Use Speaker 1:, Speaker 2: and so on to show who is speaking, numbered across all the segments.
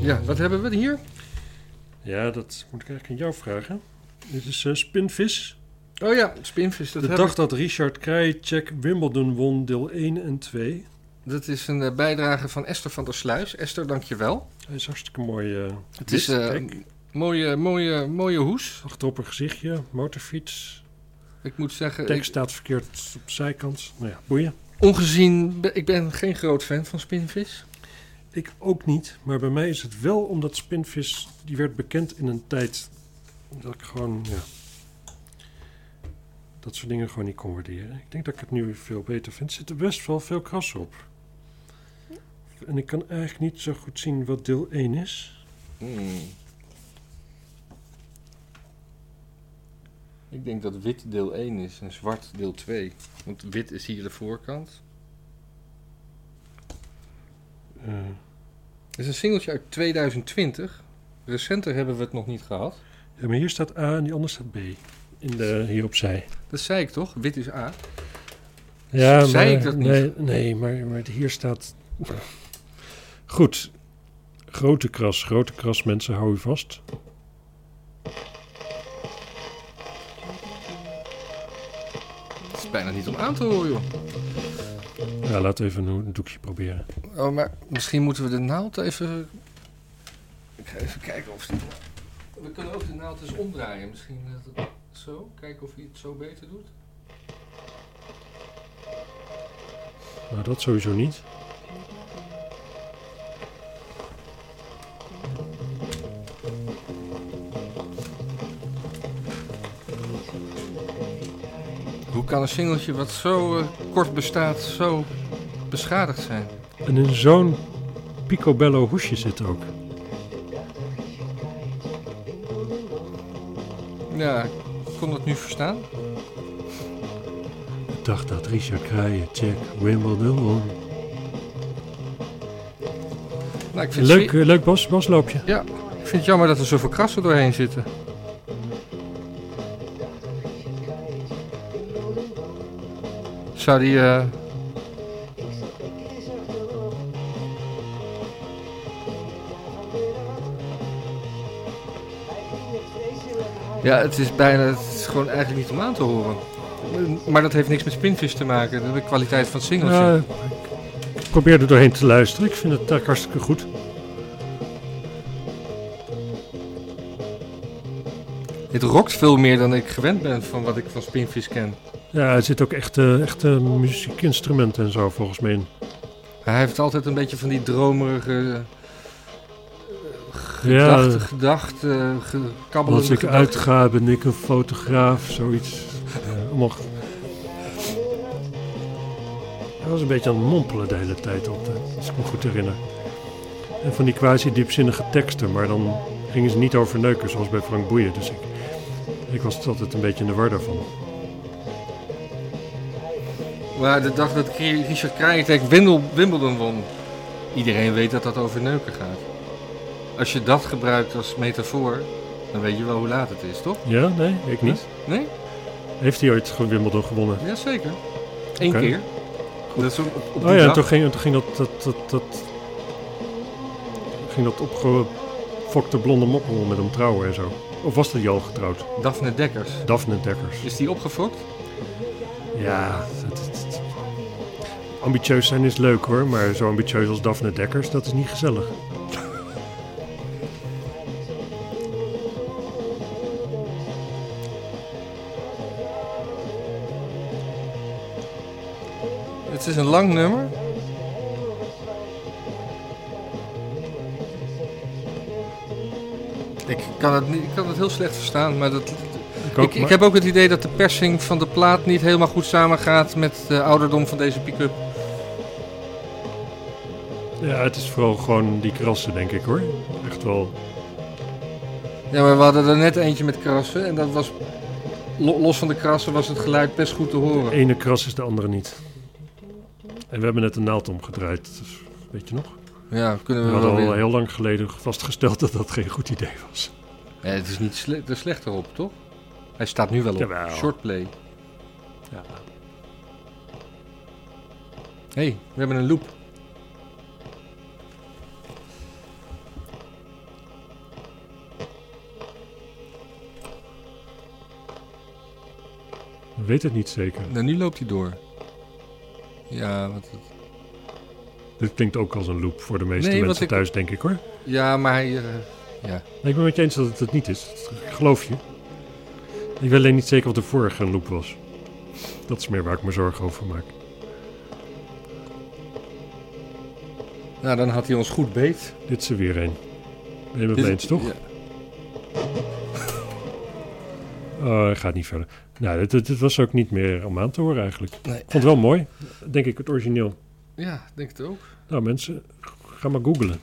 Speaker 1: Ja, wat hebben we hier?
Speaker 2: Ja, dat moet ik eigenlijk aan jou vragen. Dit is eh, Spinvis.
Speaker 1: Oh ja, spinvis. Dat,
Speaker 2: de
Speaker 1: heb
Speaker 2: dag dat Richard Krajicek Wimbledon won, deel 1 en 2.
Speaker 1: ik. dat is een eh, bijdrage van Esther van der Sluis. Esther, dankjewel.
Speaker 2: Hij is hartstikke mooi. eh
Speaker 1: Het is
Speaker 2: wit,
Speaker 1: eh,
Speaker 2: kijk.
Speaker 1: een mooie, mooie, mooie hoes.
Speaker 2: Achterop een gezichtje, motorfiets.
Speaker 1: Ik moet zeggen, Eh, ik-
Speaker 2: Tekst staat verkeerd op de zijkant. Nou ja, boeien.
Speaker 1: ongezien, ben- ik ben geen groot fan van spinvis.
Speaker 2: Ik ook niet, maar bij mij is het wel omdat Spinvis, die werd bekend in een tijd dat ik gewoon, ja, dat soort dingen gewoon niet kon waarderen. Ik denk dat ik het nu veel beter vind. Er zitten best wel veel krassen op. En ik kan eigenlijk niet zo goed zien wat deel 1 is.
Speaker 1: Hmm. Ik denk dat wit deel 1 is en zwart deel 2. Want wit is hier de voorkant.
Speaker 2: Eh,
Speaker 1: Het is een singeltje uit 2020. Recenter hebben we het nog niet gehad.
Speaker 2: ja, maar hier staat A en die andere staat B. In de, hier opzij.
Speaker 1: Dat zei ik toch? Wit is A.
Speaker 2: Ja,
Speaker 1: Zei
Speaker 2: maar-
Speaker 1: ik dat niet?
Speaker 2: Nee, nee maar, maar hier staat. Goed. Grote kras, grote kras, mensen, hou u vast.
Speaker 1: Het is bijna niet om aan te horen, joh.
Speaker 2: Ja, laat even een, een doekje proberen.
Speaker 1: Oh, maar misschien moeten we de naald even... Ik ga even kijken of... We kunnen ook de naald eens omdraaien. Misschien dat het zo. Kijken of hij het zo beter doet.
Speaker 2: Nou, dat sowieso niet.
Speaker 1: Hoe kan een singeltje wat zo eh, kort bestaat zo beschadigd zijn?
Speaker 2: En in zo'n picobello hoesje zit ook.
Speaker 1: Ja, ik kon dat nu verstaan.
Speaker 2: Ik dacht dat Richard Kraaien, check, Wimbledon won.
Speaker 1: Nou, ik vind het
Speaker 2: Leuk, eh, leuk bos, bosloopje.
Speaker 1: Ja, ik vind het jammer dat er zoveel krassen doorheen zitten. Zou die... eh, Ja, het is bijna... Het is gewoon eigenlijk niet om aan te horen. Maar dat heeft niks met spinvis te maken. De kwaliteit van het singeltje.
Speaker 2: Ja, ik probeer er doorheen te luisteren. Ik vind het eh, hartstikke goed.
Speaker 1: Dit rokt veel meer dan ik gewend ben van wat ik van spinvis ken.
Speaker 2: Ja, er zit ook echt, eh, echt eh, muziekinstrumenten en zo volgens mij in.
Speaker 1: Hij heeft altijd een beetje van die dromerige...
Speaker 2: Ja,
Speaker 1: Gedachte, gedachte, ge- kabbelende
Speaker 2: Als ik
Speaker 1: gedachten.
Speaker 2: uitga, ben ik een fotograaf, zoiets. Eh, Ja, allemaal... Hij was een beetje aan het mompelen de hele tijd, op, eh, als ik me goed herinner. En van die quasi-diepzinnige teksten, maar dan gingen ze niet over neuken, zoals bij Frank Boeien. Dus ik, ik was altijd een beetje in de war daarvan.
Speaker 1: Maar de dag dat Kri- Richard Krajicek Windel- Wimbledon won, iedereen weet dat dat over neuken gaat. Als je dat gebruikt als metafoor, dan weet je wel hoe laat het is, toch?
Speaker 2: Ja, nee, ik niet.
Speaker 1: Nee?
Speaker 2: Heeft hij ooit gewoon Wimbledon gewonnen?
Speaker 1: Jazeker. Eén
Speaker 2: Oké.
Speaker 1: keer. Dat is op, op die
Speaker 2: Oh ja, en
Speaker 1: dag.
Speaker 2: toen ging, toen ging dat, dat, dat, dat, ging dat opgefokte blonde mokkel met hem trouwen en zo. Of was hij al getrouwd?
Speaker 1: Daphne Dekkers.
Speaker 2: Daphne Dekkers.
Speaker 1: Is die opgefokt?
Speaker 2: Ja, het, het- het- ambitieus zijn is leuk hoor, maar zo ambitieus als Daphne Dekkers, dat is niet gezellig.
Speaker 1: Het is een lang nummer. Ik kan het, niet, ik kan het heel slecht verstaan, maar dat,
Speaker 2: Ik, ook,
Speaker 1: Ik, ik
Speaker 2: maar-
Speaker 1: heb ook het idee dat de persing van de plaat niet helemaal goed samengaat met de ouderdom van deze pick-up.
Speaker 2: Ja, het is vooral gewoon die krassen, denk ik hoor. Echt wel.
Speaker 1: Ja, maar we hadden er net eentje met krassen en dat was... lo- Los van de krassen was het geluid best goed te
Speaker 2: De
Speaker 1: horen.
Speaker 2: ene kras is de andere niet. En we hebben net een naald omgedraaid, dus, weet je nog?
Speaker 1: Ja, kunnen
Speaker 2: We
Speaker 1: we wel
Speaker 2: hadden al
Speaker 1: weer.
Speaker 2: heel lang geleden vastgesteld dat dat geen goed idee was.
Speaker 1: Nee, het is niet sle er slechter op, toch? Hij staat nu wel op.
Speaker 2: Jawel.
Speaker 1: Shortplay.
Speaker 2: Ja.
Speaker 1: Hé, hey, we hebben een loop.
Speaker 2: weet het niet zeker.
Speaker 1: Nou, nu loopt hij door. Ja, wat,
Speaker 2: Dit klinkt ook als een loop voor de meeste
Speaker 1: Nee, wat
Speaker 2: mensen
Speaker 1: ik-
Speaker 2: thuis, denk ik hoor.
Speaker 1: ja maar hij... eh,
Speaker 2: Nee, ik ben met je eens dat het het niet is. Dat geloof je. Ik weet alleen niet zeker wat de vorige een loop was. Dat is meer waar ik me zorgen over maak.
Speaker 1: nou, dan had hij ons goed beet.
Speaker 2: Dit is er weer een. Ben je het met me
Speaker 1: Dit-
Speaker 2: eens, toch?
Speaker 1: Ja.
Speaker 2: Oh, gaat niet verder. Nou, dit, dit- dit was ook niet meer om aan te horen eigenlijk.
Speaker 1: Nee.
Speaker 2: Ik vond het wel mooi. Denk ik, het origineel.
Speaker 1: Ja, denk het ook.
Speaker 2: Nou mensen, ga maar googlen.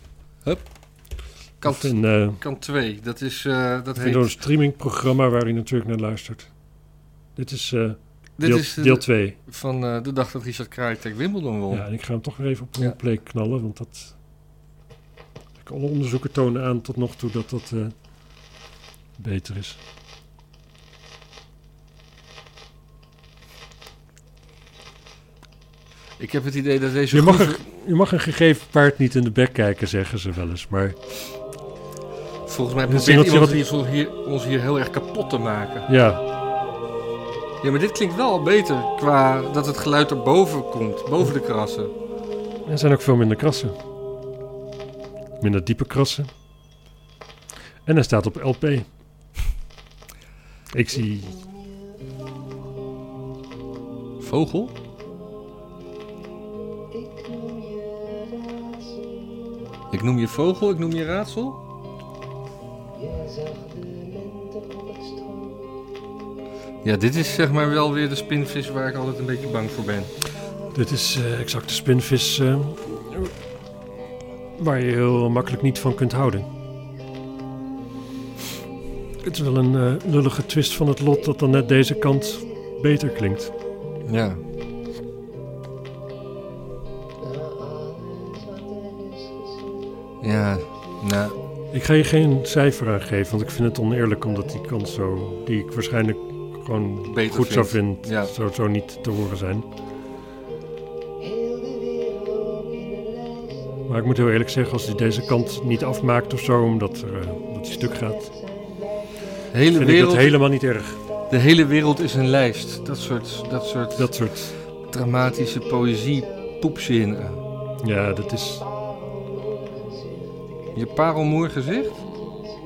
Speaker 1: Kant,
Speaker 2: Of in, eh,
Speaker 1: kant 2, dat is... eh, dat
Speaker 2: in
Speaker 1: heet...
Speaker 2: zo'n streamingprogramma waar je natuurlijk naar luistert. Dit is, eh,
Speaker 1: dit
Speaker 2: deel,
Speaker 1: is de-
Speaker 2: deel 2.
Speaker 1: van eh, de dag dat Richard Krajicek Wimbledon won.
Speaker 2: Ja, en ik ga hem toch weer even op
Speaker 1: Ja.
Speaker 2: play knallen, want dat... Ik alle onderzoeken tonen aan tot nog toe dat dat eh, beter is.
Speaker 1: Ik heb het idee dat deze...
Speaker 2: Je mag,
Speaker 1: groeve-
Speaker 2: een, je mag een gegeven paard niet in de bek kijken, zeggen ze wel eens. Maar
Speaker 1: Volgens mij
Speaker 2: Dit is
Speaker 1: probeert iemand
Speaker 2: iemand die
Speaker 1: die ons hier, ons hier heel erg kapot te maken.
Speaker 2: ja,
Speaker 1: Ja, maar dit klinkt wel beter qua dat het geluid erboven komt, boven de krassen.
Speaker 2: er zijn ook veel minder krassen. Minder diepe krassen. En hij staat op LP. Ik zie
Speaker 1: Vogel? Ik noem je vogel, ik noem je raadsel. Ja, dit is zeg maar wel weer de spinvis waar ik altijd een beetje bang voor ben.
Speaker 2: Dit is eh, exact de spinvis eh, waar je heel makkelijk niet van kunt houden. Het is wel een eh, lullige twist van het lot dat dan net deze kant beter klinkt.
Speaker 1: Ja. Ja, nou,
Speaker 2: Ik ga je geen cijfer aan geven, want ik vind het oneerlijk omdat die kant zo, die ik waarschijnlijk gewoon
Speaker 1: Beter
Speaker 2: goed zou
Speaker 1: vindt,
Speaker 2: vinden,
Speaker 1: ja.
Speaker 2: zou zo niet te horen zijn. Maar ik moet heel eerlijk zeggen, als hij deze kant niet afmaakt of zo, omdat er, eh, omdat hij stuk gaat,
Speaker 1: de hele
Speaker 2: vind ik dat
Speaker 1: wereld,
Speaker 2: helemaal niet erg.
Speaker 1: de hele wereld is een lijst. Dat soort, dat soort
Speaker 2: Dat soort,
Speaker 1: dramatische poëzie poepzin.
Speaker 2: ja, dat is,
Speaker 1: Je parelmoer gezicht?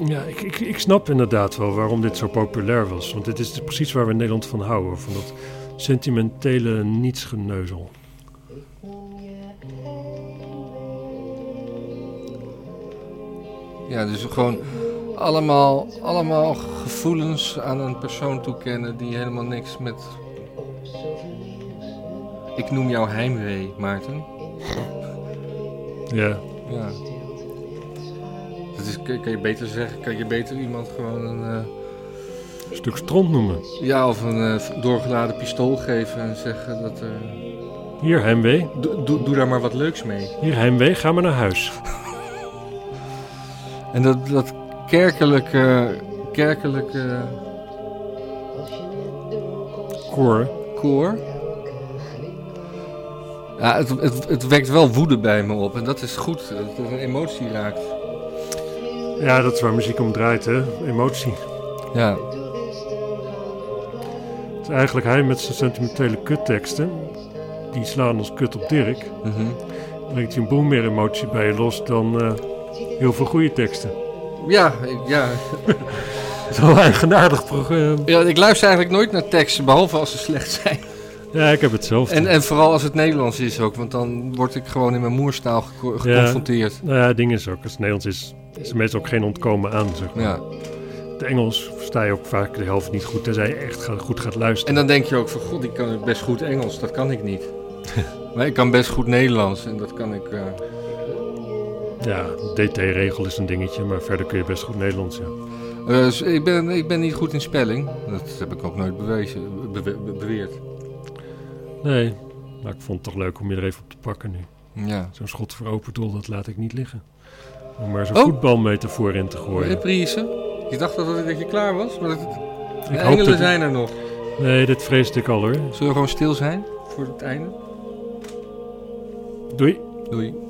Speaker 2: ja, ik, ik, ik snap inderdaad wel waarom dit zo populair was. Want dit is precies waar we in Nederland van houden, van dat sentimentele nietsgeneuzel.
Speaker 1: Ja, dus gewoon allemaal, allemaal gevoelens aan een persoon toekennen die helemaal niks met... Ik noem jou heimwee, Maarten.
Speaker 2: Ja.
Speaker 1: Ja. Dat is, kan kan je beter zeggen, kan je beter iemand gewoon een... eh,
Speaker 2: Een stuk stront noemen.
Speaker 1: Ja, of een eh, doorgeladen pistool geven en zeggen dat. eh,
Speaker 2: Hier heimwee,
Speaker 1: doe- doe- doe daar maar wat leuks mee.
Speaker 2: hier heimwee, ga maar naar huis.
Speaker 1: En dat, dat kerkelijke, kerkelijke
Speaker 2: Koor.
Speaker 1: koor. Ja, het, het, het wekt wel woede bij me op. En dat is goed, dat het een emotie raakt.
Speaker 2: Ja, dat is waar muziek om draait, hè. Emotie.
Speaker 1: Ja,
Speaker 2: Het is eigenlijk hij met zijn sentimentele kutteksten. Die slaan als kut op Dirk.
Speaker 1: mhm.
Speaker 2: Brengt hij een boel meer emotie bij je los dan eh, heel veel goede teksten.
Speaker 1: ja, ik, ja.
Speaker 2: Het is wel een eigenaardig programma.
Speaker 1: ja, ik luister eigenlijk nooit naar teksten, behalve als ze slecht zijn.
Speaker 2: Ja, ik heb hetzelfde.
Speaker 1: En, en vooral als het Nederlands is ook, want dan word ik gewoon in mijn moerstaal geco- geconfronteerd.
Speaker 2: Nou ja, het ding is ook, als het Nederlands is, is er meestal ook geen ontkomen aan, zeg maar.
Speaker 1: Ja.
Speaker 2: Het Engels versta je ook vaak de helft niet goed, tenzij je echt ga- goed gaat luisteren.
Speaker 1: En dan denk je ook van, god, ik kan best goed Engels, dat kan ik niet. maar ik kan best goed Nederlands en dat kan ik... eh,
Speaker 2: Ja, DT-regel is een dingetje, maar verder kun je best goed Nederlands, ja.
Speaker 1: eh, dus ik, ben, ik ben niet goed in spelling. Dat heb ik ook nooit bewezen, be- be- beweerd.
Speaker 2: Nee, maar ik vond het toch leuk om je er even op te pakken nu.
Speaker 1: Ja.
Speaker 2: Zo'n schot voor open doel, dat laat ik niet liggen. Om maar zo'n
Speaker 1: Oh.
Speaker 2: voetbalmetafoor in te gooien.
Speaker 1: Reprise. Je dacht dat, dat je klaar was, maar dat, de
Speaker 2: hoop
Speaker 1: engelen
Speaker 2: dat-
Speaker 1: zijn er nog.
Speaker 2: Nee, dit vreesde ik al hoor.
Speaker 1: Zullen we gewoon stil zijn voor het einde?
Speaker 2: Doei.
Speaker 1: Doei.